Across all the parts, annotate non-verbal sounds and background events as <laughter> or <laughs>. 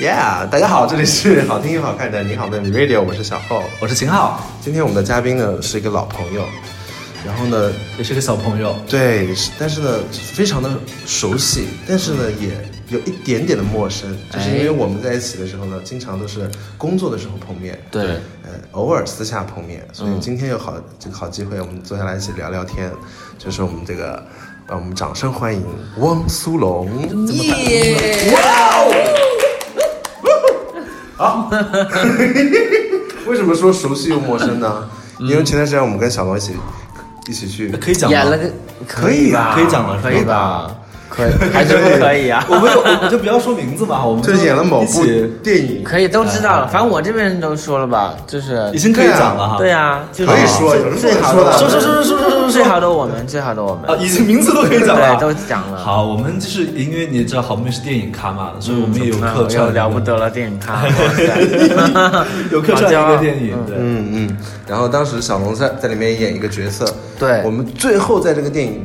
Yeah，大家好，这里是好听又好看的你好妹妹 Radio，我是小厚。我是秦昊，今天我们的嘉宾呢是一个老朋友，然后呢，也是个小朋友。对，是但是呢非常的熟悉，但是呢也有一点点的陌生，就是因为我们在一起的时候呢，经常都是工作的时候碰面，对，呃，偶尔私下碰面，所以今天有好这个好机会，我们坐下来一起聊聊天，就是我们这个，让我们掌声欢迎汪苏泷。耶！为什么说熟悉又陌生呢？因为前段时间我们跟小龙一起一起去，嗯可以讲吗 <laughs> 演？了个可以啊吧？可以讲了可是以吧？可以，还是不可以 <laughs> 啊？我们就我们就不要说名字 <laughs> 嘛，我们 <laughs> 就演了某一部起电影，可以，都知道了。反正我这边人都说了吧，就是已经可以讲了哈。对啊，就是可以说有什么不能最好说的的，说说说说说说说最好的我们，最好的我们啊，，已经名字都可以讲了，对，都讲了。好，我们就是因为你知道，好妹妹是电影咖嘛，所以我们也有啊，客又串了不得了，电影咖，哇塞有客串一个电影，对，嗯嗯。然后当时小龙在在里面演一个角色，对我们最后在这个电影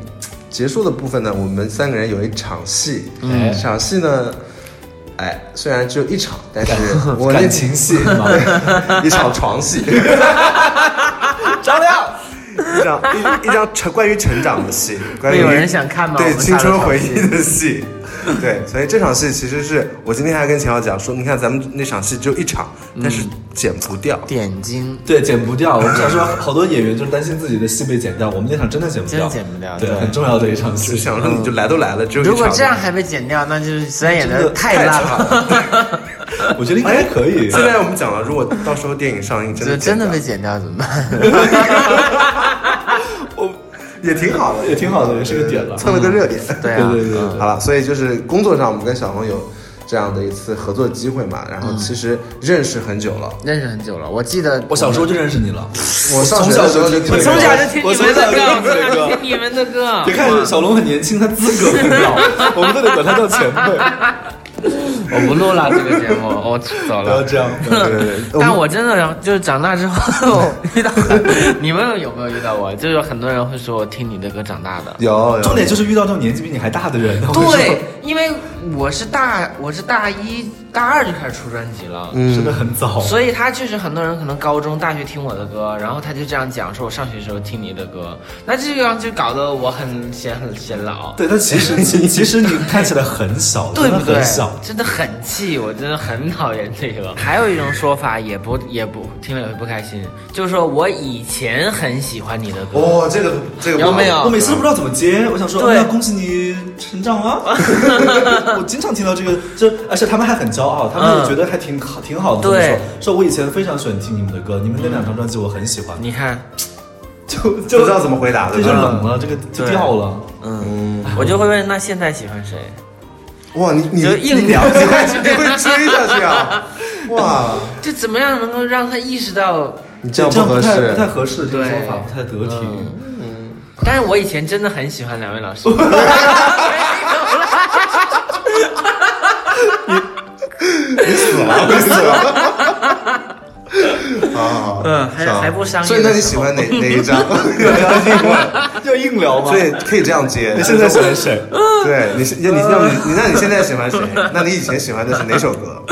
结束的部分呢，我们三个人有一场戏，嗯这场戏呢，哎，虽然只有一场，但是我那感情戏嘛， <laughs> <laughs> 一场床戏，张亮。一张一一张成关于成长的 <laughs> 戏，关于会有人想看吗我对们青大的春场回戏忆的戏， <laughs> 对，所以这场戏其实是我今天还跟秦昊讲说，你看咱们那场戏只有一场，嗯但是剪不掉，点睛。对，剪不掉。我们想说，好多演员就是担心自己的戏被剪掉，我们那场真的剪不掉，真剪不掉对，对很重要的一场就戏。想说你就来都来了，只有一场。如果这样还被剪掉，那就是实在演真的的太烂太了。我觉得应该可以。哎现在我们讲了，如果到时候电影上映真就的 <laughs> 真的剪被掉剪掉怎么办？我也挺好的，也挺好的也是个点了蹭了个热点。<laughs> 嗯嗯对啊，对对对好了，所以就是工作上我们跟小红有这样的一次合作机会嘛，嗯然后其实认识很久了，认识很久了，我记得我小时候就认识你了，我上从学小的时候就就听听这这个歌个歌我我从从小小就就听听你你们们的歌的歌，<laughs> 听你们的歌别看小龙很年轻，他资格不老，我们都得管他叫前辈。我不录了这个节目，我走不要了。这样，对对 <laughs> 对，我但们我真的就是长大之后遇到很，你们有没有遇到过？就是有很多人会说我听你的歌长大的。有有重点就是遇到这种年纪比你还大的人。我跟你说对，，因为我是大我是大一大二就开始出专辑了，真的很早。所以他确实很多人可能高中、大学听我的歌，然后他就这样讲说，我上学时候听你的歌，那这样就搞得我很显很显老，对，但其 <laughs> 实其其实你看起来很小，对真的不对很小？。真的很气，我真的很讨厌 <laughs> 这个。还有一种说法也不也不听了也不开心，就是说我以前很喜欢你的歌，哦，这个这个不好有没有我每次都不知道怎么接，我想说，啊对哎呀，恭喜你成长 <laughs> 啊！我经常听到这个，就而且他们还很骄傲，他们也觉得还挺好，挺好的。嗯对他们说，说我以前非常喜欢听你们的歌，你们那两张专辑我很喜欢，你看，就就不知道怎么回答，这对就吧？嗯冷了，这个就对掉了。嗯，我就会问那现在喜欢谁，哇，你你就硬聊你会你会追下去啊！ <laughs> 哇，就怎么样能够让他意识到？你这这样不合不太不太 <laughs> 适。嗯合适，这个对说法不太得体。但是我以前真的很喜欢两位老 <laughs> 师。 <laughs> 啊，嗯还是吧还不商业所以那你的时喜候欢哪哪一张？ <laughs> <laughs> <laughs> 要硬聊吗所以可以这样接。你现在喜欢谁？ <laughs> 对你是，你你让你你那你现在喜欢 <laughs> 谁？那你以前喜欢的是哪首歌？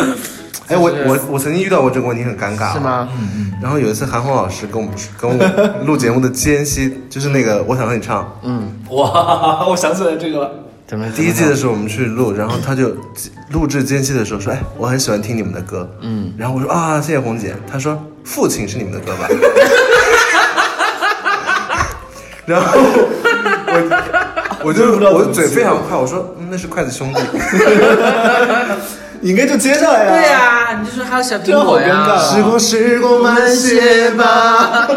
哎，我我我曾经遇到过这个问题，很尴尬，啊是吗？嗯然后有一次韩红老师跟我们跟我录节目的间隙，就是那个我想和你唱 <laughs> 哇，我想起来这个了。怎么第一季的时候我们去录，然后他就录制间隙的时候说，哎，我很喜欢听你们的歌，嗯，然后我说啊，谢谢红姐，他说父亲是你们的歌吧， <laughs> 然后我我就不知道怎么我的嘴接非常快，我说、嗯、那是筷子兄 <laughs> 弟。你应该就接下来呀。对呀、你就说还有小苹果这好尴尬呀，时光，时光慢些吧。 <laughs>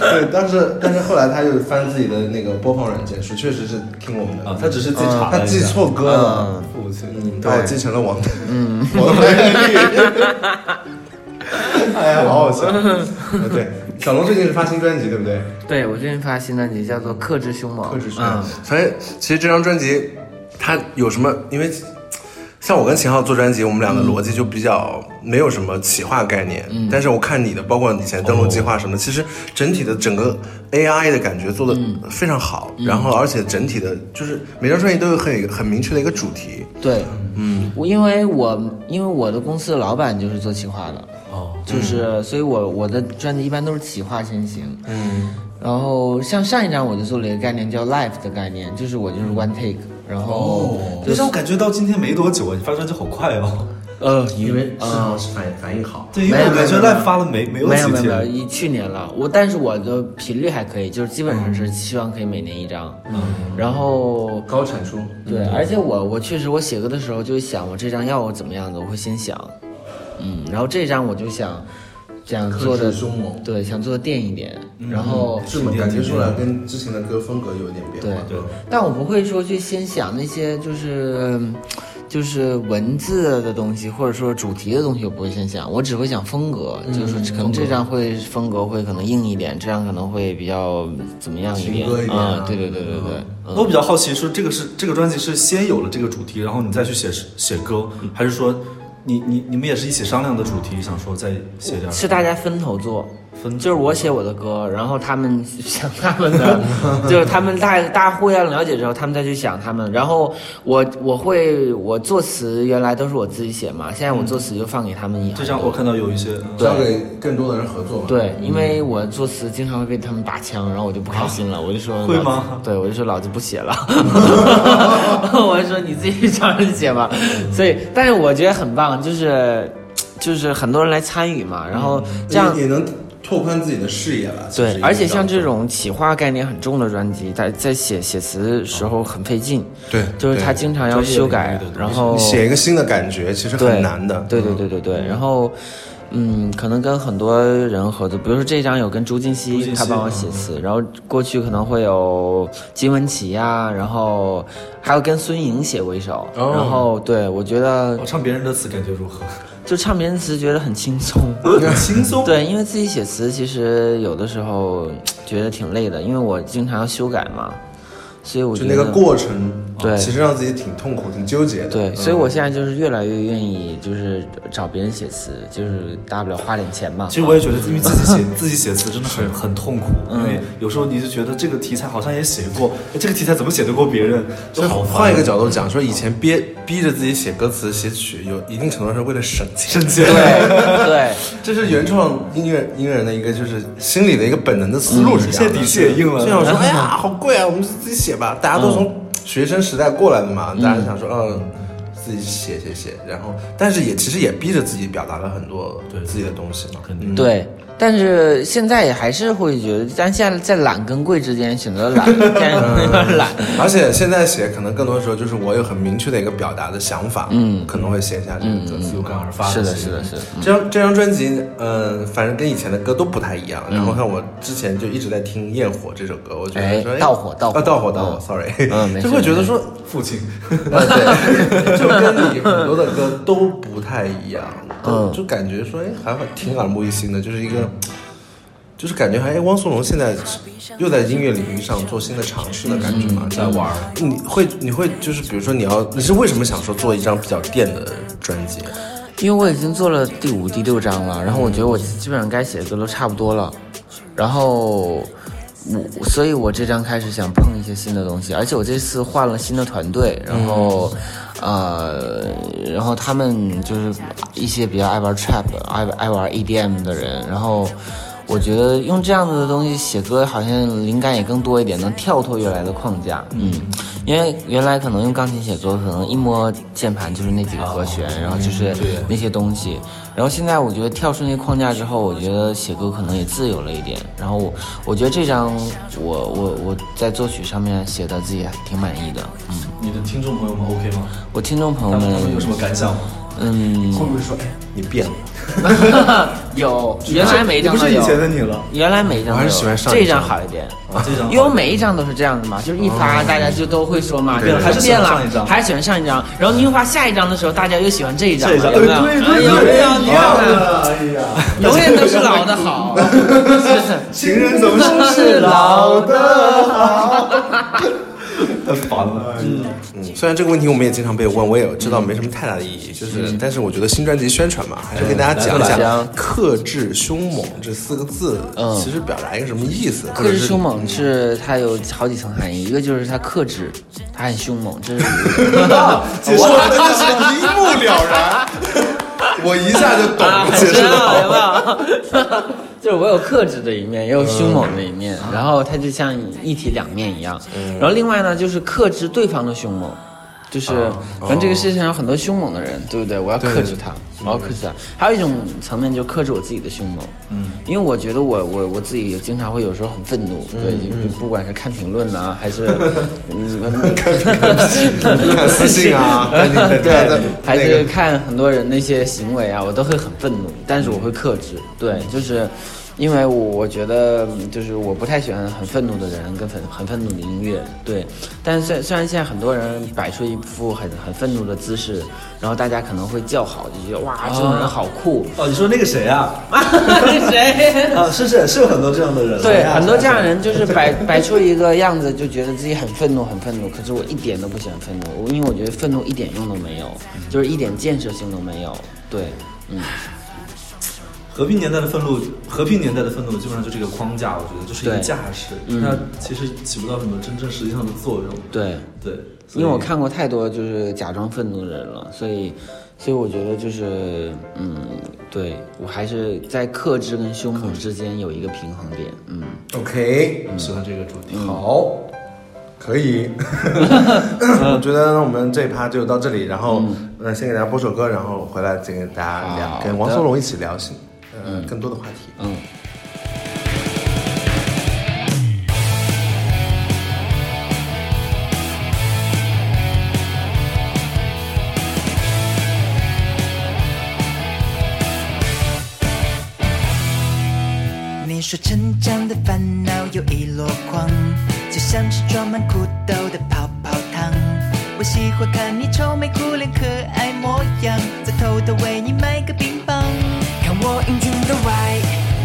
对，但是但是后来他就翻自己的那个播放软件，说确实是听我们的啊，他只是记岔了一下，嗯他记错歌了，父亲。把我记成了 <laughs> 王。嗯，哎呀，好好 <laughs> 笑。对，小龙最近是发新专辑，对不对？对我最近发新专辑叫做《克嗯制凶猛》，克制所以其实这张专辑它有什么？因为像我跟秦昊做专辑，我们俩的逻辑就比较没有什么企划概念，但是我看你的，包括以前登录计划什么的，其实整体的整个 AI 的感觉做的非常好，然后而且整体的就是每张专辑都有很很明确的一个主题，对，嗯，我因为我因为我的公司的老板就是做企划的，哦，就是、所以我我的专辑一般都是企划先行，嗯，然后像上一张我就做了一个概念叫 live 的概念，就是我就是 one take，然后就让我感觉到今天没多久啊，你发专辑好快哦。呃因为正好是反反应好，对，因为我感觉没有 live 发了没没有没有几没有没有，天，嗯一去年了，我但是我的频率还可以，就是基本上是希望可以每年一张，嗯，然后高产出，对，嗯而且我我确实我写歌的时候就想我这张要我怎么样子，我会先想，嗯，然后这张我就想想做的克制凶猛对，想做的电一点，然后嗯是吗？感觉出来跟之前的歌风格有一点变对化，对但我不会说去先想那些就是嗯就是文字的东西，或者说主题的东西，我不会先想，我只会想风格，嗯就是可能这张会风格会可能硬一点，这张可能会比较怎么样一情点歌一点啊啊、对对对对对，嗯我比较好奇是这个是这个专辑是先有了这个主题，然后你再去写写歌，嗯还是说你你你们也是一起商量的主题，想说再写嗯点儿是大家分头做。分就是我写我的歌，然后他们 <laughs> 想他们的，就是他们大大家互相了解之后，他们再去想他们。然后我我会我作词原来都是我自己写嘛，现在我作词就放给他们一行。这张我看到有一些，嗯交给更多的人合作嘛，对，因为我作词经常会被他们打枪，然后我就不开心了，我就说会老子吗对，我就说老子不写了， <laughs> 我就说你自己去找人写吧。所以，但是我觉得很棒，就是就是很多人来参与嘛，然后这样也也能拓宽自己的视野了，其实对，而且像也这种企划概念很重的专辑，在在写写词时候很费劲，对就是他对经常要专业修领域改的东，西嗯然后你写一个新的感觉其实对很难的，嗯对对对对对，然后。嗯，可能跟很多人合作，比如说这张有跟朱婧朱嗯汐，婧汐她帮我写词，然后过去可能会有金玟岐呀、然后还有跟孙颖写过一首，哦然后对我觉得我嗯哦唱别人的词感觉如 <laughs> 何？就唱别人词觉得很轻松，很轻松，对，因为自己写词其实有的时候觉得挺累的，因为我经常要修改嘛，所以我就觉那得个过程，啊对其实让自己挺痛苦、挺纠结的。对，嗯所以我现在就是越来越愿意就是找别人写词，就是大不了花点钱嘛。其实我也觉得，因为自己写自己写词真的很很痛苦，嗯因为有时候你就觉得这个题材好像也写过，哎这个题材怎么写得过别人？所就以好烦换一个角度讲，说以前憋逼着自己写歌词、写曲，有一定程度上是为了省钱 <laughs> 生。气了。对对，这是原创音乐音乐人的一个就是心里的一个本能的思路是这嗯现在样的。底气也硬了嗯就想说，哎呀，好贵啊，我们就自己写吧。大家都从学生时代过来的嘛，大家想说，嗯，自己写写写，然后但是也其实也逼着自己表达了很多自己的东西嘛。嗯肯定对，但是现在也还是会觉得，但现在在懒跟贵之间选 <laughs> 择懒，现在有点懒。而且现在写，可能更多时候就是我有很明确的一个表达的想法，嗯，可能会写下这个歌词。有感而发。嗯是的，其实是的，是的。这张这张专辑，嗯、反正跟以前的歌都不太一样。嗯然后看我之前就一直在听《焰火》这首歌，我觉得哎说，哎盗火盗火啊，盗火，盗火，sorry，嗯没事就会觉得说，父亲，呃， <laughs> 对，就跟你很多的歌都不太一样，嗯，就感觉说，哎，还好挺耳目一新的，就是一嗯个，就是感觉还，哎，汪苏泷现在又在音乐领域上做新的尝试的感觉嗯嘛，在玩。你会你会就是比如说你要你是为什么想说做一张比较电的专辑？因为我已经做了第五、第六章了，然后我觉得我基本上该写的歌都差不多了，然后我，所以我这张开始想碰一些新的东西，而且我这次换了新的团队，然后，呃，然后他们就是一些比较爱玩 trap、爱爱玩 EDM 的人，然后。我觉得用这样子的东西写歌，好像灵感也更多一点，能跳脱原来的框架。嗯，因为原来可能用钢琴写歌，可能一摸键盘就是那几个和弦，哦然后嗯就是那些东西。然后现在我觉得跳出那个框架之后，我觉得写歌可能也自由了一点。然后我我觉得这张我我我在作曲上面写的自己还挺满意的。嗯，你的听众朋友们 OK 吗？我听众朋他友们他们有们什么感想吗？ <laughs> 嗯会不会说，哎，你变了，有原来每一你张不都是以有。前的你了？原来每一张都有我还是喜欢上一张这一张好一点，这张好因为我每一张都是这样的嘛，就是一发大家就都会说嘛，哦对就是还是喜变欢了，上一张还是喜欢上一张，然后你又发下一张的时候，大家又喜欢这一张这了，一张，哎有哎对没有？对对有对，没有？你看，了，哎呀，永远都是老的 <laughs> 好，情人总是老的好。 <laughs> 太烦了。哎嗯，虽然这个问题我们也经常被问，我也知道没什么太大的意义，嗯就是，但是我觉得新专辑宣传嘛，还是跟大家讲一来吧来下吧“克制凶猛”这四个字，嗯其实表达一个什么意思，或克者制是凶猛是它有好几层含义，一个就是它克制，它很凶猛， <laughs> 这是一个 <laughs> 解释的真的是一目了然， <laughs> 啊我一下就懂了，解啊很释深了。奥，有没有？ <laughs> 就是我有克制的一面，也有凶猛的一面，然后它就像一体两面一样。然后另外呢，就是克制对方的凶猛，就是反正这个世界上有很多凶猛的人，哦对不对？我要克制他，我要克制他。还有一种层面就克制我自己的凶猛，嗯，因为我觉得我我我自己也经常会有时候很愤怒，对，就不管是看评论呐、还 <laughs> 是嗯 <laughs> 看 <laughs> 私信啊，赶紧再再再对，还那个是看很多人那些行为啊，我都会很愤怒，但是我会克制。对，就是因为我我觉得嗯就是我不太喜欢很愤怒的人跟很很愤怒的音乐。对，但是虽虽然现在很多人摆出一副很很愤怒的姿势，然后大家可能会叫好，就觉得哇，这种人好酷。哦，你说那个谁啊？谁？啊，是是是有很多这样的人，对，哎呀很多这样的人就是 <laughs> 摆摆出一个样子，就觉得自己很愤怒，很愤怒。可是我一点都不喜欢愤怒，嗯因为我觉得愤怒一点用都没有，就是一点建设性都没有。对，嗯，和平年代的愤怒，和平年代的愤怒基本上就这个框架，我觉得就是一个对架势，嗯那其实起不到什么真正实际上的作用。对，对，所因以为我看过太多就是假装愤怒的人了，所以，所以我觉得就是，嗯，对我还是在克制跟凶猛之间有一个平衡点。嗯， OK，喜欢这个主题。嗯好，可 <laughs> 以。我觉得我们这一趴就到这里，然后嗯呃，先给大家播首歌，然后回来再跟大家好聊，的跟王松龙一起聊新呃更多的话题。嗯你说成长的烦恼有一箩筐，就像是装满苦豆的泡泡糖。我喜欢看你愁眉苦脸可爱模样，再偷偷为你买个冰棒。看我英俊的外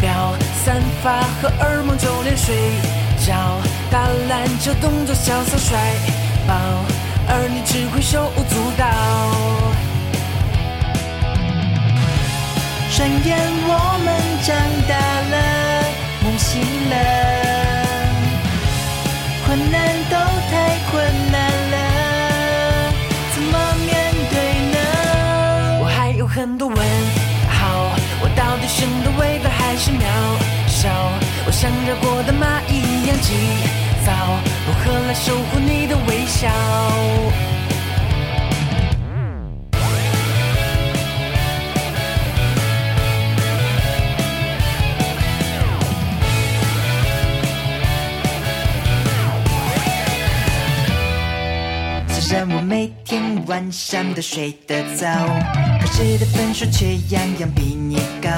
表，散发荷尔蒙就连睡觉，打篮球动作潇洒帅爆，而你只会手舞足蹈。转眼我们长大了，梦醒了，困难都太困难了，怎么面对呢？我还有很多问号，我到底生的伟大还是渺小？我像热过的蚂蚁一样急躁，如何来守护你的微笑？虽然我每天晚上都睡得早，考试的分数却样样比你高。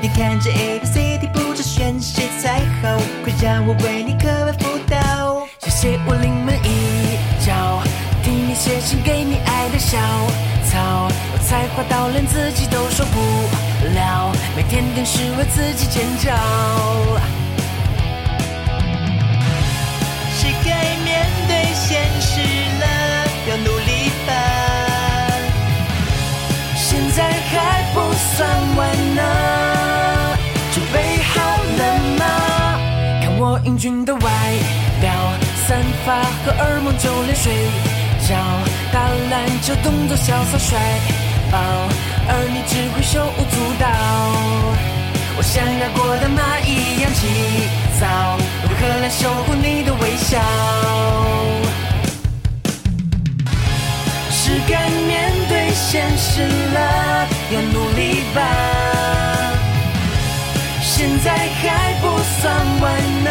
你看着 A B C D 不知选谁才好，快让我为你课外辅导。谢谢我临门一脚，替你写信给你爱的小草，有才华到连自己都受不了，每天电视为自己尖叫。是该面对现实了，要努力吧。现在还不算晚呢，准备好了吗？看我英俊的外表，散发荷尔蒙就连睡觉，打篮球动作潇洒帅爆，而你只会手舞足蹈。我像压过的蚂蚁一样急躁，如何来守护你的微笑？是该面对现实了，要努力吧。现在还不算晚呢，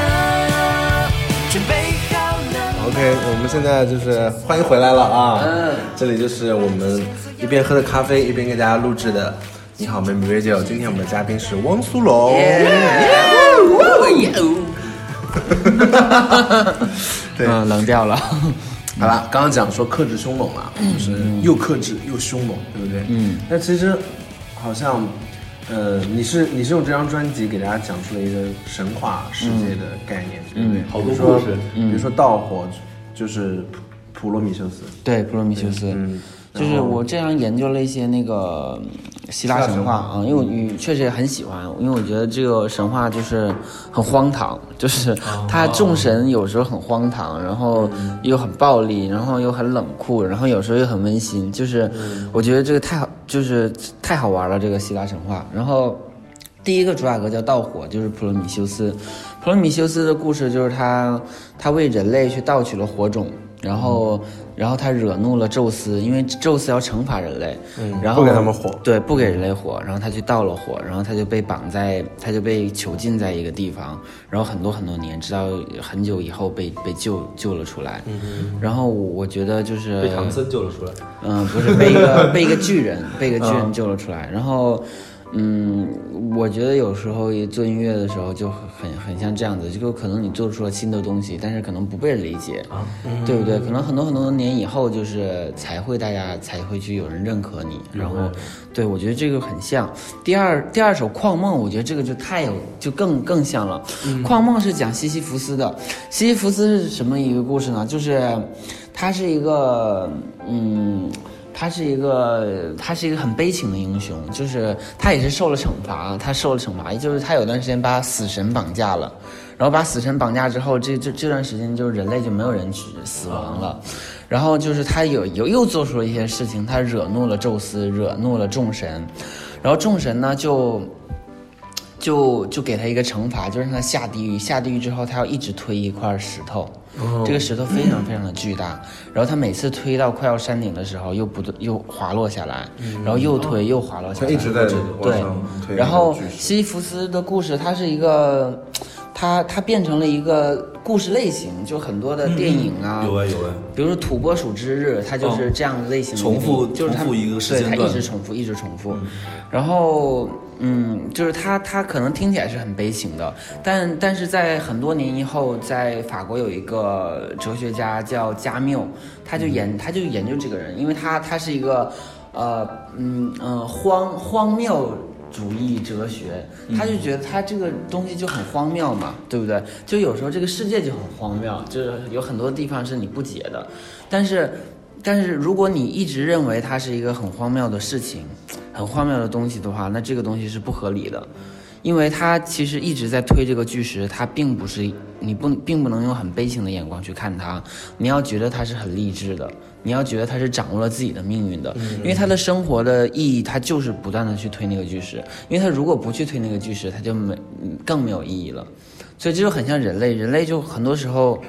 准备好了。 OK，我们现在就是欢迎回来了啊！嗯，这里就是我们一边喝着咖啡一边给大家录制的《你好，妹妹 Radio》。今天我们的嘉宾是汪苏泷。对嗯，冷掉了。嗯好了，刚刚讲说克制凶猛嘛，嗯就是又克制又凶猛，对不对？嗯。但其实好像，呃，你是你是用这张专辑给大家讲嗯嗯述了一个神话世界的概念，对不对？好多故事，比如说盗火，就是普普罗米修斯。 <laughs> 对，普罗米修斯，就是我这样研究了一些那个嗯希腊神话啊，因为我嗯确实也很喜欢，因为我觉得这个神话就是很荒唐，就是它众神有时候很荒唐，然后又很暴力，然后又很冷酷，然后有时候又很温馨，就是我觉得这个太好，就是太好玩了，这个希腊神话，然后。第一个主打歌叫《盗火》，就是普罗米修斯。普罗米修斯的故事就是他，他为人类去盗取了火种，然后，然后他惹怒了宙斯，因为宙斯要惩罚人类，然后不给他们火对，不给人类火，然后他去盗了火，然后他就被绑在，他就被囚禁在一个地方，然后很多很多年，直到很久以后被被救救了出来。然后我觉得就是嗯被唐僧救了出来。嗯，不是被一个被一个巨人被一个巨人救了出来，然后。嗯，我觉得有时候也做音乐的时候就很很像这样子，就可能你做出了新的东西，但是可能不被人理解，对不对？可能很多很多年以后，就是才会大家才会去有人认可你。然后，对我觉得这个很像。第二第二首《矿梦》，我觉得这个就太有就更更像了。矿梦》是讲西西弗斯的，西西弗斯是什么一个故事呢？就是他是一个嗯。他是一个，他是一个很悲情的英雄，就是他也是受了惩罚，他受了惩罚，也就是他有段时间把死神绑架了，然后把死神绑架之后，这这这段时间就是人类就没有人去死亡了，然后就是他有有又做出了一些事情，他惹怒了宙斯，惹怒了众神，然后众神呢就。就就给他一个惩罚，就是让他下地狱。下地狱之后，他要一直推一块石头，这个石头非常非常的巨大。然后他每次推到快要山顶的时候，又不断又滑落下来，然后又推又滑落下他来，一直在往对上推那个巨石。然后西西弗斯的故事，它是一个，它它变成了一个故事类型，就很多的电影啊，有哎有哎，比如说《土拨鼠之日》，它就是这样类型的一重个复就是它重复一个时间对，它段嗯一直重复，一直重复。然后，嗯，就是它它可能听起来是很悲情的，但但是在很多年以后，在法国有一个哲学家叫加缪，他就研、他就研究这个人，因为他他是一个，呃嗯呃荒荒谬。主义哲学，他就觉得他这个东西就很荒谬嘛，对不对？就有时候这个世界就很荒谬，就是有很多地方是你不解的。但是，但是如果你一直认为它是一个很荒谬的事情，很荒谬的东西的话，那这个东西是不合理的，因为它其实一直在推这个巨石，它并不是你不并不能用很悲情的眼光去看它，你要觉得它是很励志的，你要觉得它是掌握了自己的命运的，因为他的生活的意义，他就是不断的去推那个巨石，因为他如果不去推那个巨石，他就没嗯更没有意义了，所以这就很像人类，人类就很多时候。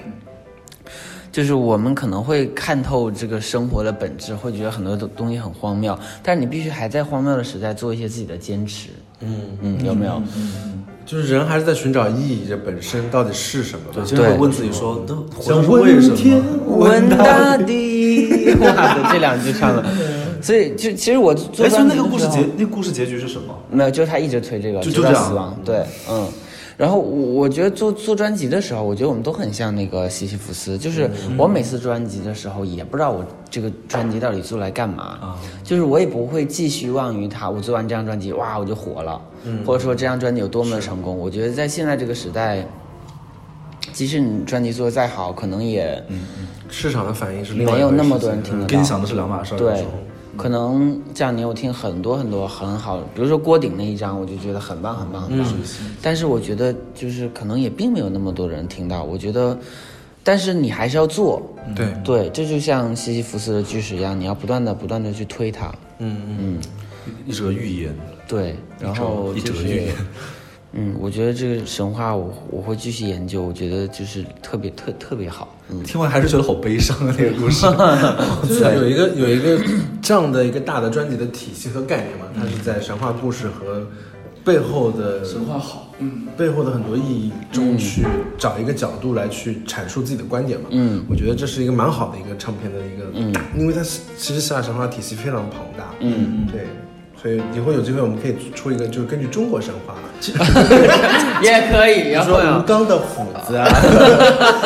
就是我们可能会看透这个生活的本质，会觉得很多东东西很荒谬，但是你必须还在荒谬的时代做一些自己的坚持。嗯嗯，有没有？就是人还是在寻找意义，这本身到底是什么吧？对，经常会问自己说，那活着是问为什天么？哎文大帝， <laughs> 哇塞，这两句 <laughs> 唱的，所以就其实我做哎，所以专那辑个的故事时候结，那个故事结局是什么？没有，就是他一直推这个，就直就这到样死亡。对，嗯。然后我我觉得做做专辑的时候，我觉得我们都很像那个西西弗斯，就是我每次做专辑的时候，也不知道我这个专辑到底做来干嘛，就是我也不会寄希望于它。我做完这张专辑，哇，我就火了，或者说这张专辑有多么的成功。我觉得在现在这个时代，即使你专辑做的再好，可能也市场的反应是另外一没回事嗯有那么多人听得到。跟你想的是两嗯码事儿。有时对候，可能这两年我听很多很多很好，比如说郭顶那一张，我就觉得很棒很棒很棒。但是我觉得就是可能也并没有那么多人听到。我觉得，但是你还是要做。对，对，这就像西西弗斯的巨石一样，你要不断的不断的去推它。一则预言，对，然后一就折是一折， <laughs> 嗯，我觉得这个神话我我会继续研究，我觉得就是特别特特别好。嗯，听完还是觉得好悲伤啊！那个故事，就是有一个有一个这样的一个大的专辑的体系和概念嘛，它是在神话故事和背后的神话好，嗯，背后的很多意义中去找一个角度来去阐述自己的观点嘛，嗯，我觉得这是一个蛮好的一个唱片的一个，嗯，因为它是其实希腊神话体系非常庞大，嗯，对，所以以后有机会我们可以出一个就是根据中国神话，也可以，比如然说后吴呢？刚的斧子啊，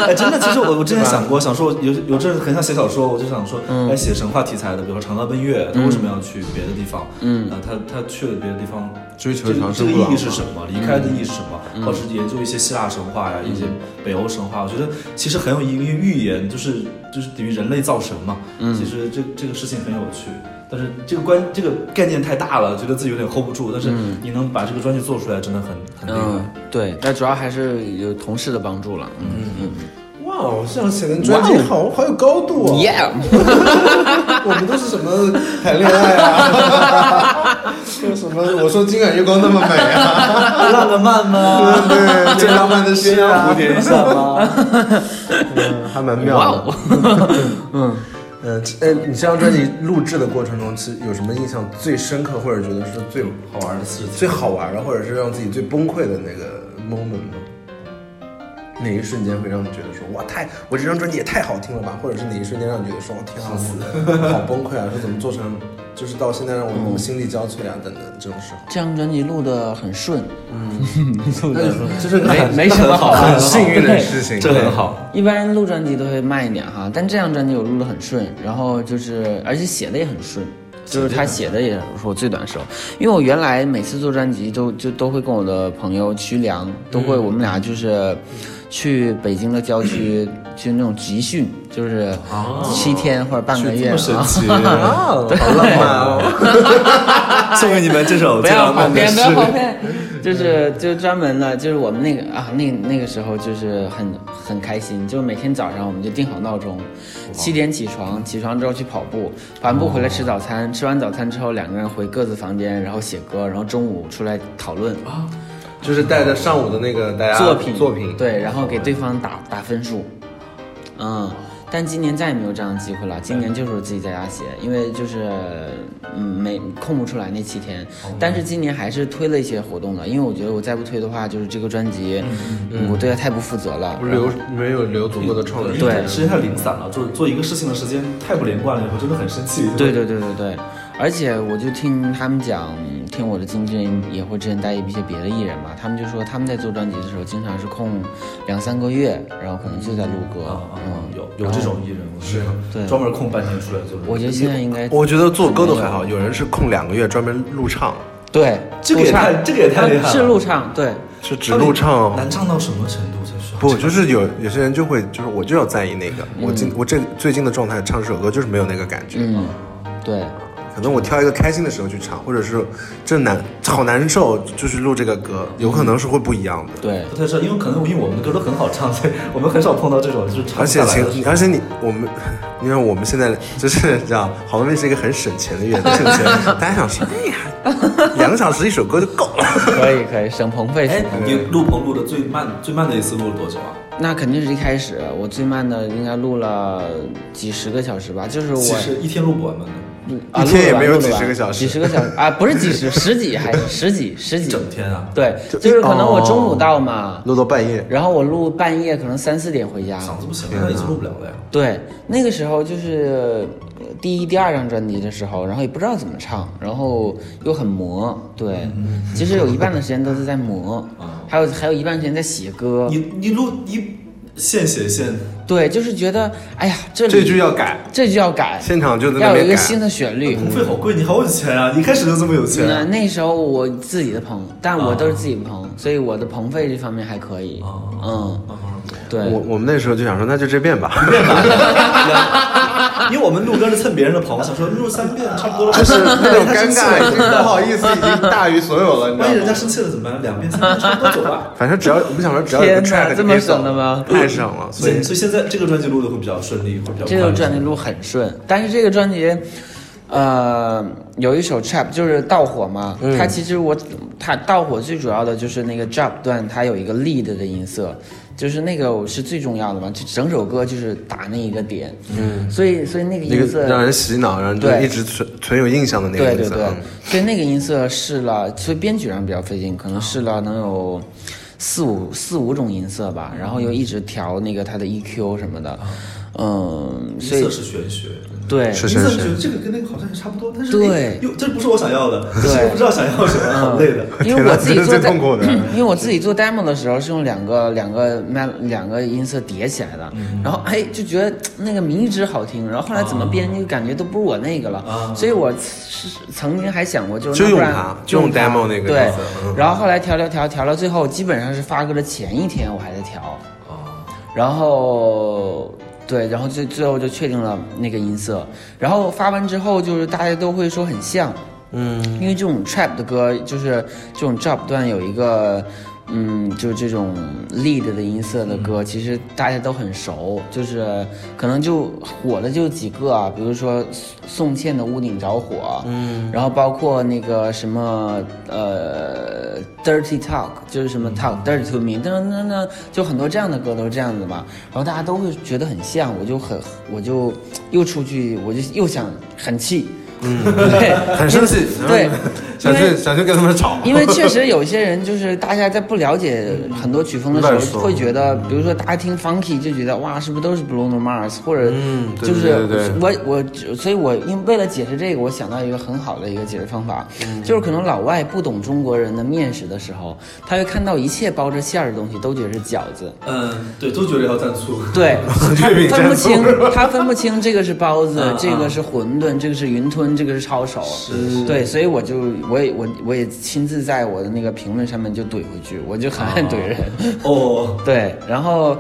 哎，真的，其实我我之前想过，想说有有阵很想写小说，我就想说，嗯哎，写神话题材的，比如说《长歌奔月》，他为什么要去别的地方？嗯，啊，他他去了别的地方，追求这个长这生个不老嗯意义嘛是什么？离开的意义是什么？嗯或者是研究一些希腊神话呀，一些北欧神话，我觉得其实很有一个寓言，就是就是等于人类造神嘛。嗯，其实这这个事情很有趣，但是这个关这个概念太大了，觉得自己有点 hold 不住。但是嗯你能把这个专辑做出来，真的很很厉害。嗯，对，但主要还是有同事的帮助了。嗯哇哦，这样写的专辑好好有高度哦！ ，Yeah， <laughs> 我们都是什么谈恋爱啊？ <laughs> 说什么？我说今晚月光那么美啊？浪个漫吗？对，最浪漫的鸳事鸯啊蝴，蝶一下吗？嗯，还蛮妙的。哦 <laughs> 嗯，呃，你这张专辑录制的过程中，是有什么印象最深刻，或者觉得是最好玩的事情。最好玩的，或者是让自己最崩溃的那个 moment 吗？哪一瞬间会让你觉得说哇太我这张专辑也太好听了吧？或者是哪一瞬间让你觉得说哇天啊，我好崩溃啊！说怎么做成，就是到现在让我那么心力交瘁啊等等这种时候，这张专辑录的很顺，那就就是没很没什么好玩很的。幸运的事情，这很好。一般录专辑都会慢一点哈，但这张专辑我录的很顺，然后就是而且写的也很顺，就是他写的也是我最短的时候，因为我原来每次做专辑都就都会跟我的朋友曲良，都会我们俩就是去北京的郊区去那种集训，就是七天或者半个月这么神啊。奇，哦，好浪漫哦！送给你们这首不最要浪跑漫的偏，不事要。跑偏，就是就专门的，就是我们那个啊，那那个时候就是很很开心，就每天早上我们就定好闹钟，七点起床，起床之后去跑步，跑完步回来哦吃早餐，吃完早餐之后两个人回各自房间，然后写歌，然后中午出来讨论 <laughs> 啊就是带着上午的那个大家作品作品，对，然后给对方打打分数，嗯。但今年再也没有这样的机会了。今年就是我自己在家写，因为就是嗯没空不出来那七天。哦但是今年还是推了一些活动的，因为我觉得我再不推的话，就是这个专辑，嗯我对它太不负责了。嗯留没有留足够的创作时间对时间太零散了，做做一个事情的时间太不连贯了，以后真的很生气。对对对对对，而且我就听他们讲，听我的经纪人也会之前带一些别的艺人嘛，他们就说他们在做专辑的时候，经常是空两三个月，然后可能就在录歌哦啊，。嗯，有有这种艺人，我是对专门空半天出来做这个。我觉得现在应该我觉得做歌都还好，有人是空两个月专门录唱，对，这个也录唱呃太这个也太厉害了是录唱，对，是只录唱难唱到什么程度才算？不，就是有有些人就会，就是我就要在意那个，我今我这最近的状态唱这首歌就是没有那个感觉，嗯，对，可能我挑一个开心的时候去唱，或者是这难好难受，就是录这个歌，有可能是会不一样的。对，不太知道，因为可能因为我们的歌都很好唱，所以我们很少碰到这种就是唱而不且下来的情，而且你我们， <laughs> 因为我们现在就是这样，好不容易是一个很省钱的乐队，省钱，大家想说，哎呀，两个小时一首歌就够了。可以可以省棚费，哎省棚，费你录棚录的最慢最慢的一次录了多久啊？那肯定是一开始我最慢的应该录了几十个小时吧，就是其我实一天录不完的，啊，一天也录了吧没有录了几吧十个小时几十个小时啊，不是几十，十几还是十几十一几，整天哦啊，对，就是可能我中午到嘛， <laughs> 录到半夜，然后我录半夜可能三四点回家，嗓子不行，啊那一直录不了了呀。对，那个时候就是呃第一、第二张专辑的时候，然后也不知道怎么唱，然后又很磨。对，嗯其实有一半的时间都是在磨，啊还有还有一半时间在写歌你。你录你现写现对，就是觉得哎呀，这里这句要改，这句要改，现场就在那要有边一个改。新的旋律。工费好贵，你好有钱啊！你一开始就这么有钱那啊？那时候我自己的棚，但我都是自己的啊棚，所以我的棚费这方面还可以。嗯，啊对我，我们那时候就想说，那就这遍吧。 <laughs> 嗯因为我们录歌是蹭别人的棚，想说录三遍差不多了，就是那 <laughs> 种太尴生气尬，已经不了。好意思，已经大于所有了，你万一知人道家 <laughs> 吗？生气了怎么办？两遍三遍差不多 <laughs> 走吧。反正只要我们想说，只要有个天哪 track 这就么可以走省的吗太省了，所所以以所以现在这个专辑录的会比较顺利，会比较这快个乐专辑录很顺，但是这个专辑，呃，有一首 trap 就是盗火嘛，它其实我它盗火最主要的就是那个 drop 段，它有一个 lead 的音色，就是那个我是最重要的嘛，就整首歌就是打那一个点，嗯，所以所以那个那音个色让人洗脑，让人就对一直存存有印象的那个对音对色。对嗯，所以那个音色试了，所以编曲上比较费劲，可能试了能有四五四五种音色吧，然后又一直调那个它的 EQ 什么的，嗯，所音以色是玄学，对是音是色是觉得这个跟那个好像也差不多，但是对哎又这不是我想要的，对嗯是又不知道想要什么，好累的。 <laughs> 因为我自己天哪这做嗯是最痛苦的 <laughs> 因为我自己做 demo 的时候是用两个两个麦两个音色叠起来的，嗯然后哎就觉得嘖那个迷之好听，然后后来怎么编啊就感觉都不是我那个了，所以我是是曾经还想过就是就那不用然它就用 demo 那个对音色，嗯然后后来调调调调到最哦后，基本上是发歌的前一天我还在调，然后对，然后最最后就确定了那个音色，然后发完之后就是大家都会说很像，嗯，因为这种 trap 的歌就是这种 drop 段有一个。嗯，就这种 lead 的音色的歌，其实大家都很熟，就是可能就火的就几个啊，比如说宋茜的《屋顶着火》，嗯，然后包括那个什么呃 Dirty Talk，就是什么 Talk Dirty to Me，噔噔噔噔，就很多这样的歌都是这样子嘛，然后大家都会觉得很像，我就很我就又出去，我就又想很气，嗯， <laughs> 对，很生气，对，想去想去跟他们吵，因为确实有些人就是大家在不了解很多曲风的乱时说候，会觉得，比如说大家听 funky 就觉得哇，是不是都是 Bruno Mars，或者嗯对就是对对对我我，所以我因为为了解释这个，我想到一个很好的一个解释方法，嗯就是可能老外不懂中国人的面食的时候，他会看到一切包着馅儿的东西都觉得是饺子，嗯，对，都觉得要蘸醋。 <laughs> 对，他月饼分不蘸清醋，他分不清这个是包子嗯，这个是馄饨，这个是云吞，这个是抄手。对，所以我就我也我我也亲自在我的那个评论上面就怼回去，我就很爱怼人。哦， <laughs> 对，然后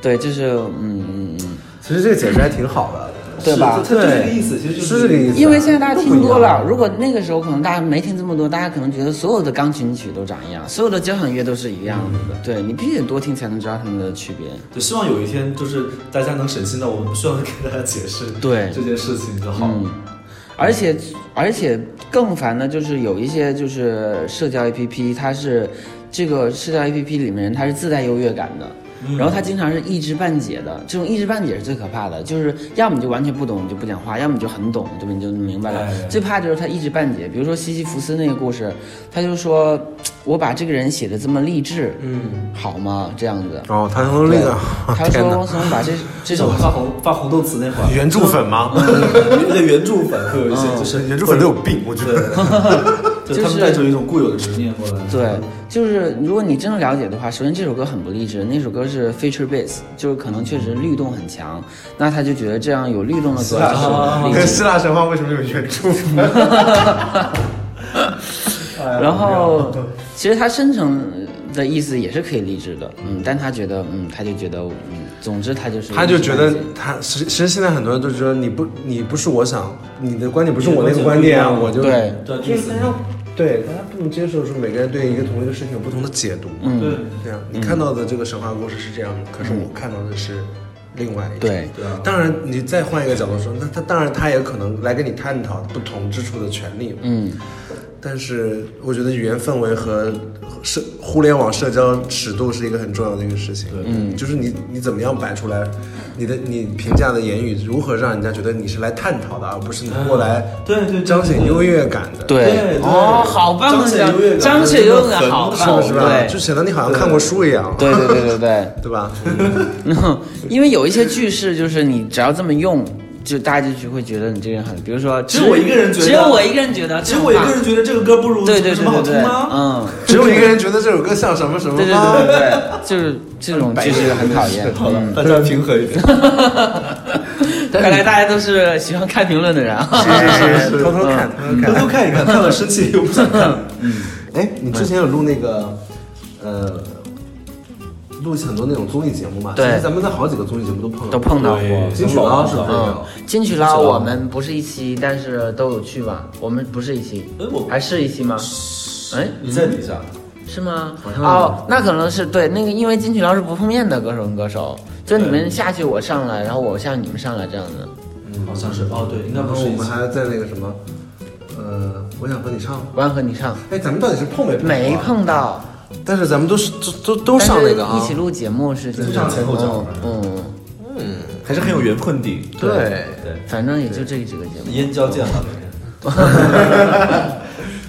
对，就是嗯嗯嗯，其实这个解释还挺好的，对吧是？他就这个意思，其实就这是个意思。因为现在大家听多了，如如果那个时候可能大家没听这么多，大家可能觉得所有的钢琴曲都长一样，所有的交响乐都是一样的。对你必须得多听才能知道它们的区别。就希望有一天就是大家能省心的，我们不需要给大家解释对这件事情就好。嗯，而且而且更烦的就是有一些就是社交 APP，它是这个社交 APP 里面人他是自带优越感的。嗯然后他经常是一知半解的，这种一知半解是最可怕的，就是要么你就完全不懂，你就不讲话；要么你就很懂，对吧？你就明白了。哎最怕就是他一知半解，比如说西西弗斯那个故事，他就说，我把这个人写的这么励志，嗯，好吗？这样子。哦，他从那对个， <laughs> 他天说哪汪苏泷把这这这首种发红发红豆词那会儿，原著粉 <laughs> 吗？那个原著粉会有一些，就是原著粉都有病，我觉得。对，就他们带着一种固有的执念过来。对，就是如果你真的了解的话，首先这首歌很不励志，那首歌是 feature bass，就是可能确实律动很强，那他就觉得这样有律动的歌就是很励跟志。希腊神话为什么有原著粉？然后其实他深层的意思也是可以励志的，嗯，但他觉得，嗯，他就觉得，嗯，总之他就是他就觉得励志他其实其实现在很多人都觉得你不你不是我想你的观点不是我那个观点啊，我就对对，就就是是大家对大家不能接受说每个人对一个同一个事情有不同的解读，嗯，对，对啊，你看到的这个神话故事是这样，可是我看到的是另外一种。对对啊当然你再换一个角度说，那他当然他也可能来跟你探讨不同之处的权利，嗯，但是我觉得语言氛围和社互联网社交尺度是一个很重要的一个事情。嗯，就是你你怎么样摆出来，你的你评价的言语如何让人家觉得你是来探讨的，而不是你过来对对对彰显优越感的。。对对哦，好棒张显优越的，感张学友的好是不棒，是吧？就对，显得你好像看过书一样，对对对对对。对吧？ <laughs> 因为有一些句式，就是你只要这么用，就大家就会觉得你这个人很，比如说，只有我一个人觉得只有我一个人觉得，只有我一个人觉得这个歌不如对，对对什对么好对听对，吗？嗯，只有一个人觉得这首歌像什么什么对对吗对对对，就是这种句式很讨厌。好了，大家平和一点。嗯看来大家都是喜欢看评论的人 <laughs> 啊。是是是，偷偷看，偷偷偷偷看。看一看，看了生气又不想看。哎，你之前有录那个，呃，录很多那种综艺节目嘛？对其实咱们在好几个综艺节目都碰到都碰到过，金曲捞是不是嗯有？， <laughs> 金曲捞我们不是一期，但是都有去吧？我们不是一期哎我，还是一期吗？哎，你再理一下，是吗？哦，那可能是对那个，因为金曲捞是不碰面的歌手跟歌手，就你们下去我上来，然后我下去你们上来这样的。好像是哦，对，应该然不后是我一们起。还在那个什么，呃，我想和你唱。我想和你唱，哎，咱们到底是碰没碰？啊没，碰到，但是咱们都是都都都但是上那个啊，一起录节目是经常上前后脚嗯，嗯还是很有缘分的。对对，反正也就这几个节目。燕郊见了。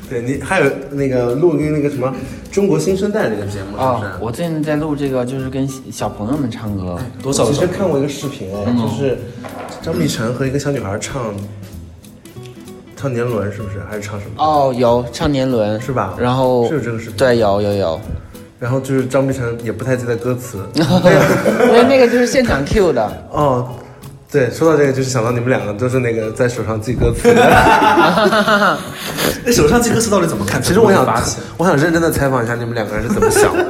对你还有那个录那个那个什么中国新生代那个节目是不哦，是？哎我最近在录这个，就是跟小朋友们唱歌，多少其个嗯实小看过一个视频哎，就是张碧晨和一个小女孩唱唱年轮，是不是？还是唱什么？哦，有唱年轮是吧然后是有这个视频对，有 <laughs> 有有，然后就是张碧晨也不太记得歌词。因为那个就是现场 Q 的，哦，对，说到这个，就是想到你们两个都是那个在手上记歌词的。那手上这个词到底怎么 <laughs> 看？其实我想发现，我想认真的采访一下你们两个人是怎么想的。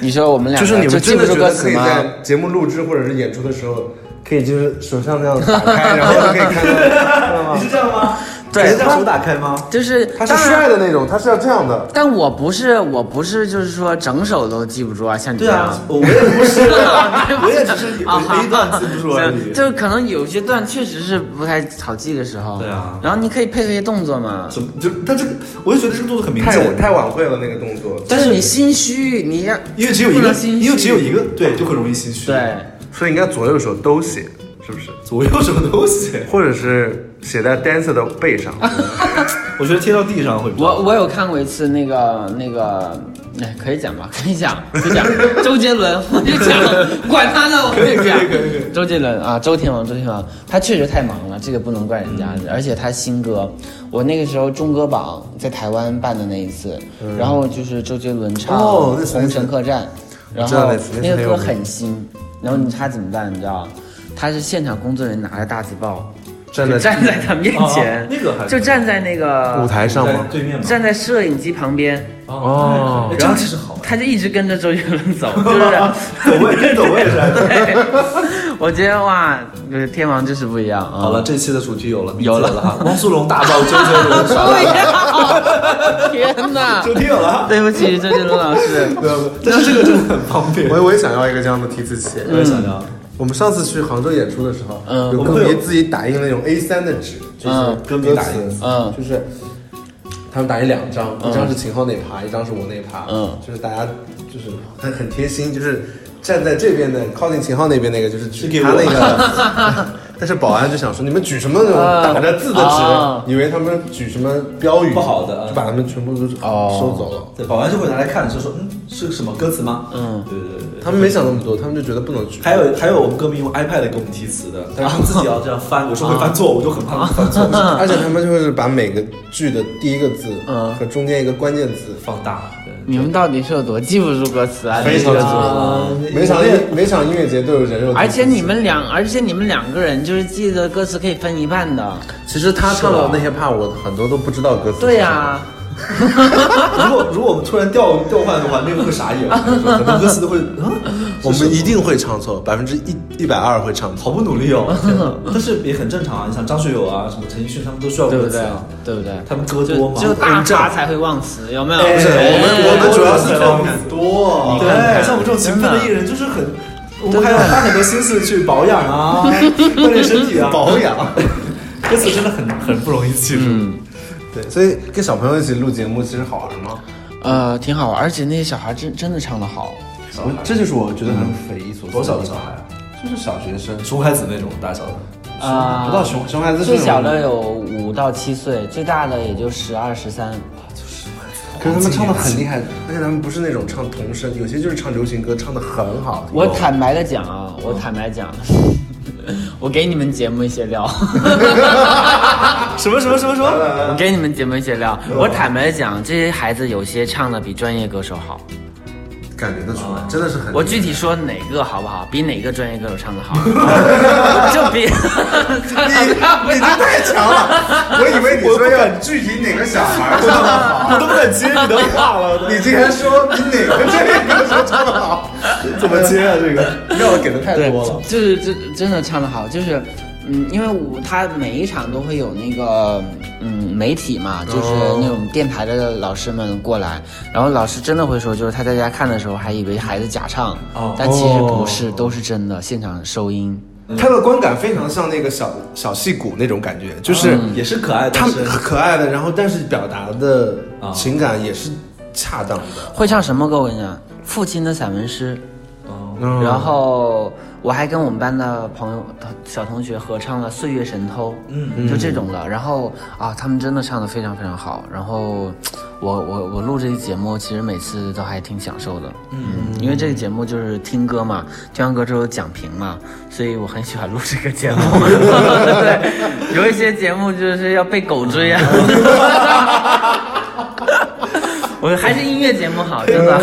你说我们俩就是你们真的觉这不是歌得可词以吗？在节目录制或者是演出的时候，可以就是手上那 <laughs> 样打开，然后就可以看 <laughs> 到，你是这样吗？对你是这样手打开吗？就是他是当然帅的那种，他是要这样的。但我不是，我不是，就是说整首都记不住啊，像你这对样啊。，我也不 <laughs> 是，我也只是啊我一段记不住而 <laughs> 已。就是可能有些段确实是不太好记的时候，对啊然后你可以配合一些动作嘛，怎么就他这个，我就觉得这个动作很 <laughs> 明太显，太晚会了那个动作，但是你心虚，你要因为只有一不个能，心虚因为只有一个，对，就很容易心虚。，对，所以应该左右手都写，是不是？左右什么东西？或者是写在 dancer 的背上，我觉得贴到地上会比较好。我我有看过一次那个那个，哎，可以讲吧，可以讲，<laughs> 可以讲。周杰伦，我就讲，管他呢，我就讲。可以可以可周杰伦啊，周天王，周天王，他确实太忙了，这个不能怪人家。嗯而且他新歌，我那个时候中歌榜在台湾办的那一次，然后就是周杰伦嗯唱哦那《次红尘客栈》，然知道后那次那次那很个有歌名很新，然后你他怎么办？你知道，他是现场工作人员拿着大字报。站就在站在他面前，哦那个还就站在那个 <laughs> 舞台上吗在？对面嘛。站在摄影机旁边，哦，哎这样其实好。他就一直跟着周杰伦 <laughs> 走，就是，走位，走位 <laughs> 是。我觉得哇，就是天王就是不一样啊。好 <laughs> 了，，这期的主题有了，有了哈。汪苏泷大爆周杰伦， <laughs> 对呀，天哪！主题有了哈。对不起，周杰伦老师，没有没有但是这个真的很方便。我我也想要一个这样的提词器。我也想要，我们上次去杭州演出的时候，嗯有我们会歌有迷自己打印那种 A 3的纸，就是嗯歌迷歌打词嗯印，嗯就是他们打印两张，一张是秦昊那趴，一张是我那趴，嗯就是大家就是 <laughs> 很很贴心，就是站在这边的靠近秦昊那边那个就是是举给他我那 <laughs> 个，但是保安就想说你们举什么那种打着字的啊纸，以为他们举什么标语嗯不好的啊哦就把他们全部都是收走了。对，保安就会拿来看，就说嗯，是什么歌词吗？嗯，对对对对。他们没想那么多，他们就觉得不能举。还有还有，我们歌迷用 iPad 给我们提词的，但是自己要这样翻，有时候会翻错，我就很怕翻错，我就而且他们就会是把每个句的第一个字和中间一个关键字放大。对你们到底是有多记不住歌词啊？非常这个记不住啊，每场音每场音乐节都有人肉，而且你们两，而且你们两个人就是记得歌词可以分一半的。其啊实他唱到那些 part，我很多都不知道歌词。对啊呀，如果如果我们突然调调换的话，那个会傻眼，可能歌词都会啊，我们一定会唱错，百分之一一百二会唱错。好不努力哦。天哪但是也很正常啊，你想张学友啊，什么陈奕迅，他们都需要对歌不词对啊。？对不对？他们歌就多嘛就大认真咖才会忘词，有没有？不是我哎们我们主要是这种多，对，像我们这种勤奋的艺人就是很，我们还要花很多心思去保养 <laughs> 啊，锻炼身体啊，保 <laughs> 养。嗯歌词真的很很不容易记住，对，所以跟小朋友一起录节目其实好玩吗？呃，挺好玩，而且那些小孩真真的唱得好。我这就是我觉得很匪夷所思。多少的小孩啊，就是小学生，熊孩子那种大小的，啊不到熊熊孩子是最小那的种，有五到七岁，最大的也就十二、十三。可是他们唱的很厉害，而且他们不是那种唱童声，有些就是唱流行歌，唱的很好。我坦白的讲啊，我坦白讲， <laughs> 我给你们节目一些料， <laughs> 什么什么什么什么，我给你们节目一些料。我坦白的讲，这些孩子有些唱的比专业歌手好。嗯感觉得出来，真的是很。我具体说哪个好不好？比哪个专业歌手唱的 <laughs> 好？就比 <laughs> 你 <laughs> 这太强 <laughs> 了！我以为你说要具体哪个小孩唱的 <laughs> 好，我都不敢接你的话了，你竟然说比哪个这个歌手唱的好， <laughs> 怎么接啊？这个料给的太多了。就是真真的唱的好，就是。嗯，因为我他每一场都会有那个嗯媒体嘛，就是哦那种电台的老师们过来，然后老师真的会说，就是他在家看的时候还以为孩子假唱，哦但其实不是，都是真的，现场收音。他的观感非常像那个小小戏骨那种感觉，就是也是可爱，他但们是可爱的，然后但是表达的啊情感也是恰当的。会唱什么歌？我跟你讲，父亲的散文诗，然后我还跟我们班的朋友小同学合唱了《岁月神偷》，嗯，就这种的。然后啊，他们真的唱的非常非常好。然后我我我录这个节目，其实每次都还挺享受的，嗯，因为这个节目就是听歌嘛，听完歌之后讲评嘛，所以我很喜欢录这个节 <laughs> 目。对，有一些节目就是要被狗追啊。 <laughs> 我还是音乐节目好，真 <laughs> 的。啊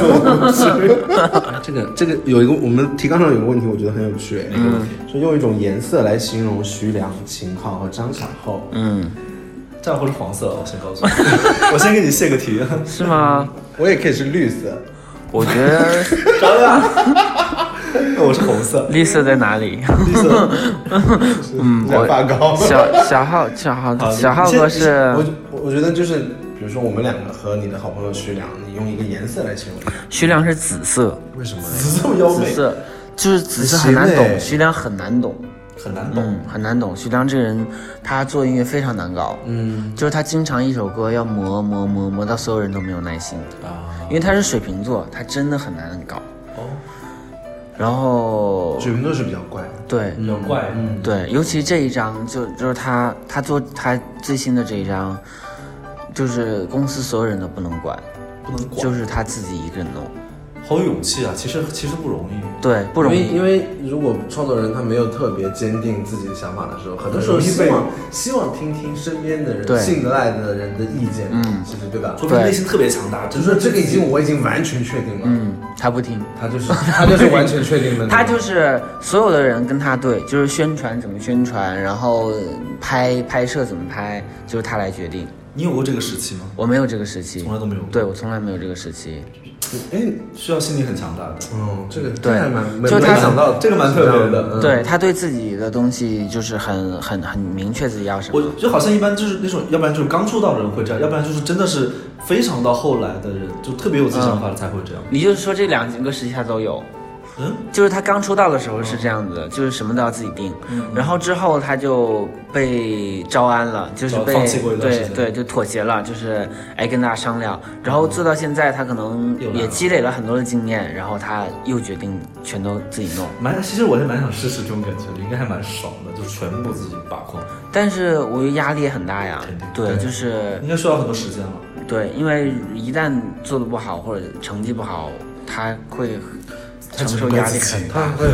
这个这个有一个我们提纲上有个问题，我觉得很有趣，嗯，是用一种颜色来形容徐良、秦昊和张小厚，嗯，战或是 <laughs> 黄色，我先告诉你，我先给你泄个题，是吗？我也可以是绿色，我觉得张亮，那 <laughs> 我是红色，绿色在哪里？绿色。嗯，染发膏我小小浩小浩好小浩哥是我我我觉得就是，比如说我们两个和你的好朋友徐良，你用一个颜色来形容，徐良是紫色，为什么？紫色妖紫媚，色就是紫色很难很行欸懂，徐良很难懂。很难懂。嗯，很难懂。徐良这个人，他做音乐非常难搞。嗯，就是他经常一首歌要磨磨磨磨到所有人都没有耐心哦啊，因为他是水瓶座，他真的很难搞。哦，然后水瓶座是比较怪的，嗯对，有怪，对，尤其这一张，就就是他他做他最新的这一张，就是公司所有人都不能管，不能管，就是他自己一个人弄。好有勇气啊！其实其实不容易，对，不容易。因为因为如果创作人他没有特别坚定自己的想法的时候，很多时候容易希被望希望听听身边的人、对信赖的人的意见，嗯，其实对吧？说明对内心特别强大，就真是的说这个已经我已经完全确定了，嗯，他不听。他就是他就是完全确定的那种， <laughs> 他就是所有的人跟他对，就是宣传怎么宣传，然后拍拍摄怎么拍，就是他来决定。你有过这个时期吗？我没有这个时期从，来都没有过。对我从来没有这个时期。哎，需要心理很强大的。嗯，这个对这还蛮没就没他想到这个蛮特别的这样的，嗯，对他对自己的东西就是很很很明确自己要什我么。就好像一般就是那种，要不然就是刚出道的人会这样，要不然就是真的是非常到后来的人，就特别有自己想法的才会这样。你就是说这两个时期他都有，嗯，就是他刚出道的时候是这样子的，就是什么都要自己定，嗯然后之后他就被招安了，就是招被放弃过一段时对间嗯对就妥协了，就是哎跟大家商量，然后做到现在他可能又来了也积累了很多的经验，然后他又决定全都自己弄，蛮，其实我是蛮想试试这种感觉的，应该还蛮爽的，就全部自己把控，但是我觉得压力也很大呀肯定，对，对就是应该需要很多时间了。对，因为一旦做的不好或者成绩不好，他会承受压力很大，他会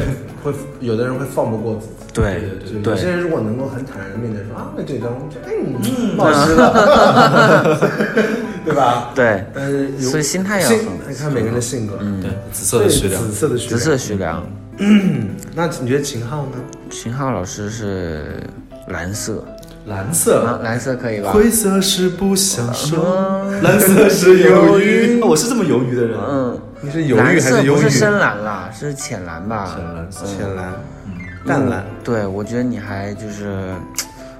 会有的人会放不过自己。对对，有些对。人如果能够很坦然地面对说啊，那这张我觉得嗯冒失了， <laughs> 对吧？对，但是有所以心态要性很看每个人的性格，嗯，对，紫色的食粮紫色的徐紫良色徐良，那你觉得秦昊呢？秦昊老师是蓝色，蓝色呃蓝，蓝色可以啊吧？灰色是不想说， <laughs> <laughs> 蓝色 <laughs> 是鱿鱼。我是这么鱿鱼的人，嗯，你是犹豫还蓝色忧不郁？是深蓝啦，是浅蓝吧？浅蓝色。浅蓝，淡蓝，对，我觉得你还就是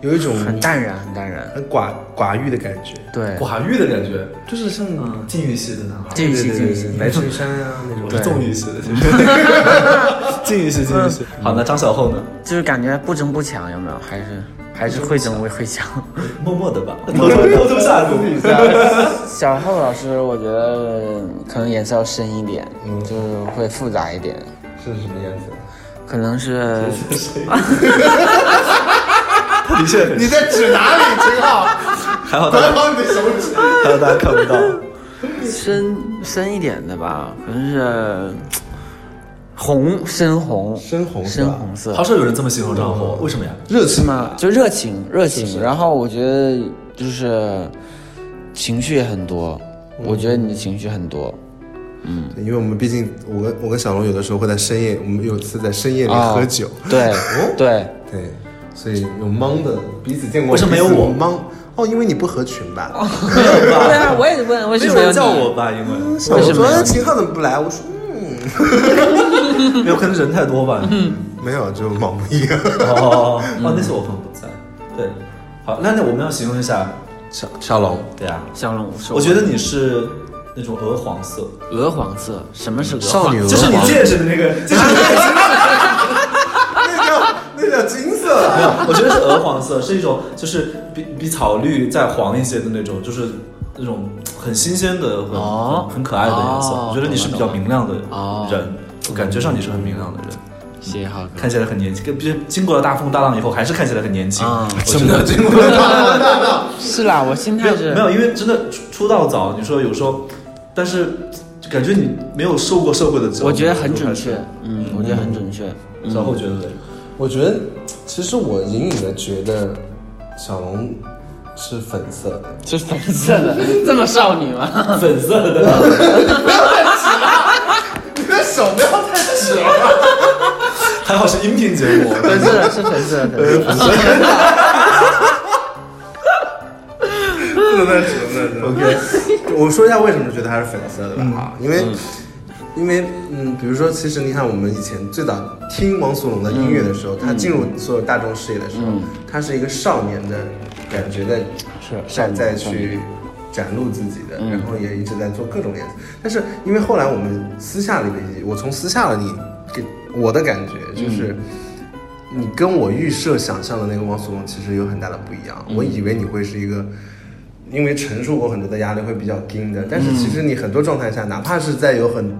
有一种很淡然，很淡然。很寡寡欲的感觉，对，寡欲的感觉，嗯就是像禁欲系的男孩，嗯禁欲系，对禁对欲对系。白衬衫啊那种我。是纵欲系的，其实 <laughs> 禁欲系，禁欲系。嗯好，那张小厚呢？就是感觉不争不抢，有没有？还是还是会争会 <laughs> 会抢。默 <laughs> 默的吧，偷偷偷偷下毒。小浩老师，我觉得可能颜色要深一点，就是会复杂一点，嗯是什么颜色？可能是他的确很 <laughs> 你在指哪里？秦昊，还好，大快家帮你的手指。还好大家看不到。深深一点的吧，可能是红，深红，深红是吧深红色好。少有人这么形容张厚，为什么呀？ <laughs> 热是情吗？就热情，热情。然后我觉得就是情绪也很多，我觉得你的情绪很多。因为我们毕竟，我跟我跟小龙有的时候会在深夜，我们有一次在深夜里啊喝酒，对对，对，所以有懵的，彼此见过，为什么彼此没有我哦懵？哦，因为你不合群吧？对啊，我也问为什么没要有叫我吧，因为我为什么说哎没有秦昊怎么不来？我说嗯没有可能人太多吧。没有，就忙 <laughs> 不一样。哦哦，那次我朋友不在。对，好，那那我们要形容一下，小小龙，对啊，香龙是我觉得你是那种鹅黄色，鹅黄色，什么是鹅黄？少女鹅就是你戒指的那个，就是你戒指。那叫那叫金没色，啊有，我觉得是鹅黄色，是一种就是比比草绿再黄一些的那种，就是那种很新鲜的、很、哦很很可爱的颜色。哦我觉得你是比较明亮的人，哦我感觉上你是很明亮的人，谢谢浩哥。看起来很年轻。跟毕竟经过了大风大浪以后，还是看起来很年轻。啊我觉得经过了大闹，是啦，我心没态有是没有，因为真的出出道早，你说有时候，但是就感觉你没有受过社会的折磨，我觉得很准就确开始。嗯，我觉得很准确。小后觉得 <laughs> 嘞，我觉得，其实我隐隐的觉得小龙是粉色的，是粉色的， <laughs> 这么少女吗？粉色的，你的手不要太直了。 <laughs> 还好是音频节 <laughs> 目。粉色的，是粉色的，粉色的。嗯 OK，我说一下为什么觉得它是粉色的吧，啊，因为因为嗯，比如说，其实你看，我们以前最早听汪苏泷的音乐的嗯时候，他进入所有大众视野的时候，他是一个少年的感觉在，是少在年嗯在少去展露自己的，然后也一直在做各种演出。但是因为后来我们私下的联系，我从私下的你给我的感觉就是。嗯你跟我预设想象的那个汪苏泷其实有很大的不一样。嗯我以为你会是一个，因为陈述过很多的压力会比较硬的，但是其实你很多状态下，哪怕是在有很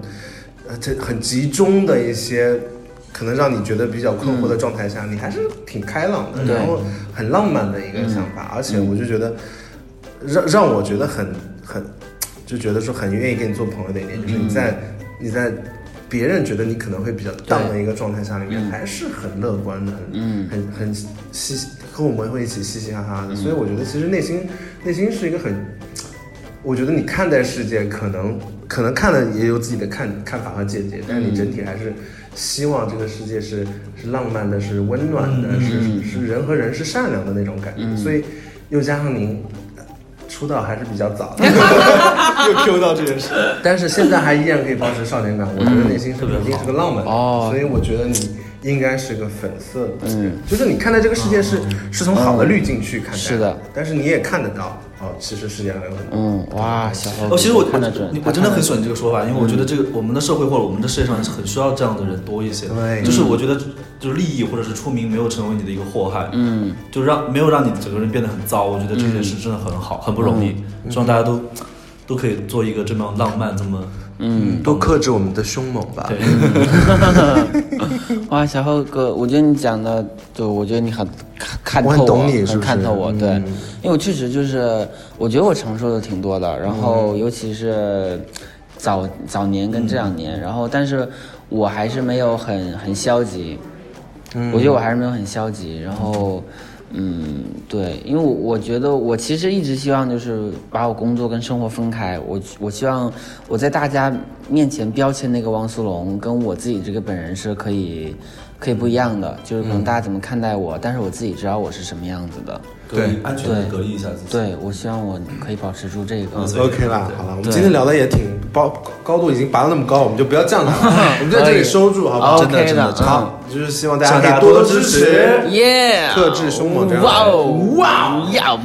呃这很集中的一些可能让你觉得比较困惑的状态下，你还是挺开朗的，然后很浪漫的一个想法。而且我就觉得，让让我觉得很很就觉得说很愿意跟你做朋友的一点，就是你在你在别人觉得你可能会比较荡的一个状态下里面，还是很乐观的，很、很很嘻和我们会一起嘻嘻哈哈的。所以我觉得其实内心内心是一个很，我觉得你看待世界可能可能看了也有自己的看看法和见解，但是你整体还是。希望这个世界是是浪漫的，是温暖的，是是是人和人是善良的那种感觉。所以，又加上您呃出道还是比较早的，又 Q 到这件事。但是现在还依然可以保持少年感，我觉得内心是肯定是个浪漫的，哦所以我觉得你应该是个粉色的，就是你看待这个世界是、是从好的滤镜去看待，是的，但是你也看得到，哦，其实世界上有很多， <laughs> 嗯，哇，小猴，哦，其实我看得准，我真的很喜欢你这个说法，因为我觉得这个我们的社会或者我们的世界上是很需要这样的人多一些。对就是我觉得就是利益或者是出名没有成为你的一个祸害，嗯，就让没有让你整个人变得很糟，我觉得这件事真的很好，很不容易，希望大家都都可以做一个这么浪漫这么。嗯，多克制我们的凶猛吧，对， <laughs> <laughs> 哇，小浩哥，我觉得你讲的，对我觉得你很看看透我我，很懂你是不是嗯看透我，对，因为我确实就是，我觉得我承受的挺多的，然后尤其是早早年跟这两年，然后但是我还是没有很很消极，我觉得我还是没有很消极，然后。嗯，对，因为我我觉得我其实一直希望就是把我工作跟生活分开，我我希望我在大家面前标签那个汪苏泷跟我自己这个本人是可以可以不一样的，就是可能大家怎么看待我，但是我自己知道我是什么样子的。隔离安全的隔离一下自己。对，我希望我可以保持住这个。嗯 OK 啦，好了，我们今天聊的也挺高高度已经拔到那么高，我们就不要降它 <laughs> 了，我们在这里收住，好不好？ OK 的嗯好，就是希望大家希望大可家以多多多多支支持持，耶！克制凶猛这样的哇哦哇哦呀！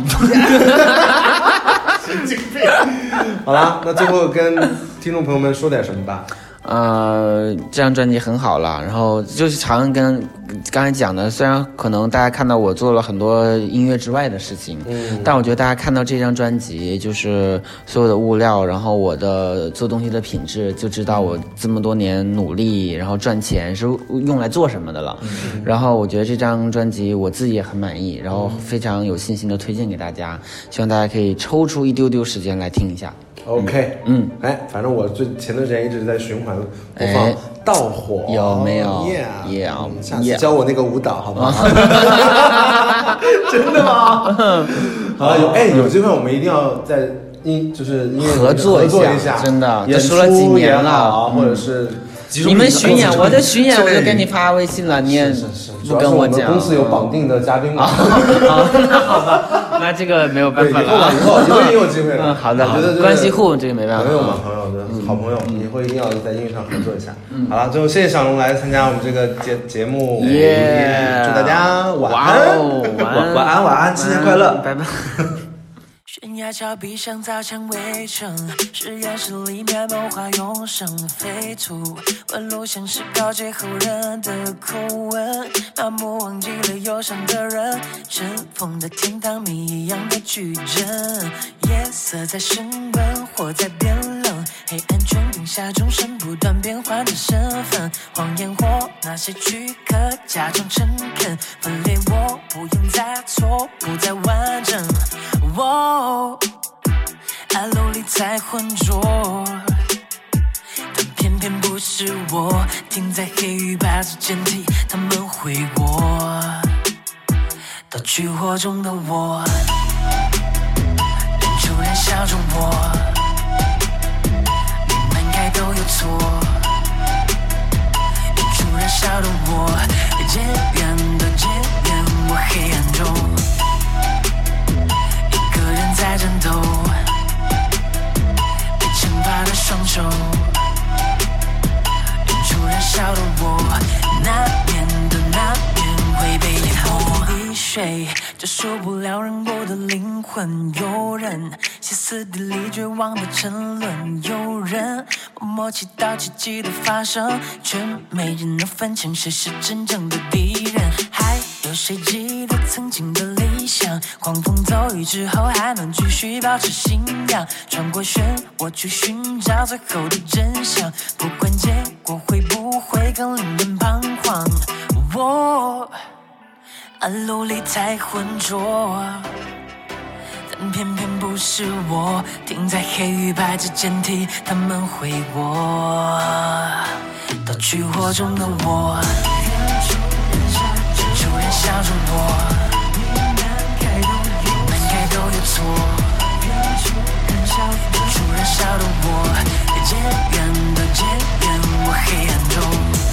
好啦，那最后跟听众朋友们说点什么吧。呃，这张专辑很好了，然后就是常跟刚才讲的，虽然可能大家看到我做了很多音乐之外的事情，但我觉得大家看到这张专辑，就是所有的物料，然后我的做东西的品质，就知道我这么多年努力，然后赚钱是用来做什么的了。然后我觉得这张专辑我自己也很满意，然后非常有信心的推荐给大家，希望大家可以抽出一丢丢时间来听一下。 OK，嗯，哎，反正我最前段时间一直在循环播放哎《盗火》，有没有 Yeah， Yeah，嗯下次 yeah 教我那个舞蹈好不 <laughs> 好？真的吗？好了，有哎，有机会我们一定要在音就是音乐合作合一下作真的演这说了几出也年了好嗯或者是集中你力们集中巡演，力我在巡演，我就跟你哦是发微信了，你也是是，主不要是跟我们讲。公司有绑定的嘉宾嘛。好，那好吧， <laughs> 那这个没有办对，以法后吧，了。以后 <laughs> 以后也有机会了。嗯，好的，我好觉得的，就是关系户这个没办法。嗯朋友嘛，朋友的好朋友，以后一定要在音乐上合作一下。好了，最后谢谢小龙来参加我们这个节节目，耶祝大家晚哇安。哦，晚安，嗯晚安晚安新年快乐拜拜。悬崖峭壁上造成围城，是原始里面梦话永生飞土。问路像是告诫后人的口吻，麻木忘记了忧伤的人，尘封的天堂谜一样的矩阵。夜色在升温，火在变冷，黑暗穹顶下众生不断变换的身份，谎言或那些躯壳假装诚恳，分裂我不应再错，不再完整。哦，暗路里太浑浊，但偏偏不是我停在黑与白之间替他们悔过，到去火中的我，忍住燃烧中我，你们应该都有错。处燃烧的我，渐远的渐远，我黑暗中一个人在战斗，被惩罚的双手，笑的我，那边的那边会被淹没。滴水，这受不了让我的灵魂有人歇斯底里绝望的沉沦，有人默默祈祷奇迹的发生，却没人能分清谁是真正的敌人。还有谁记得曾经的理想？狂风骤雨之后还能继续保持信仰，穿过漩涡去寻找最后的真相。不管结果会不会更令人彷徨，我啊努力太浑浊。但偏偏不是我，停在黑与白之间替他们悔过，到去火中的我，突然笑着我，难改都有错，突然笑的我，渐远的渐远，我黑暗中。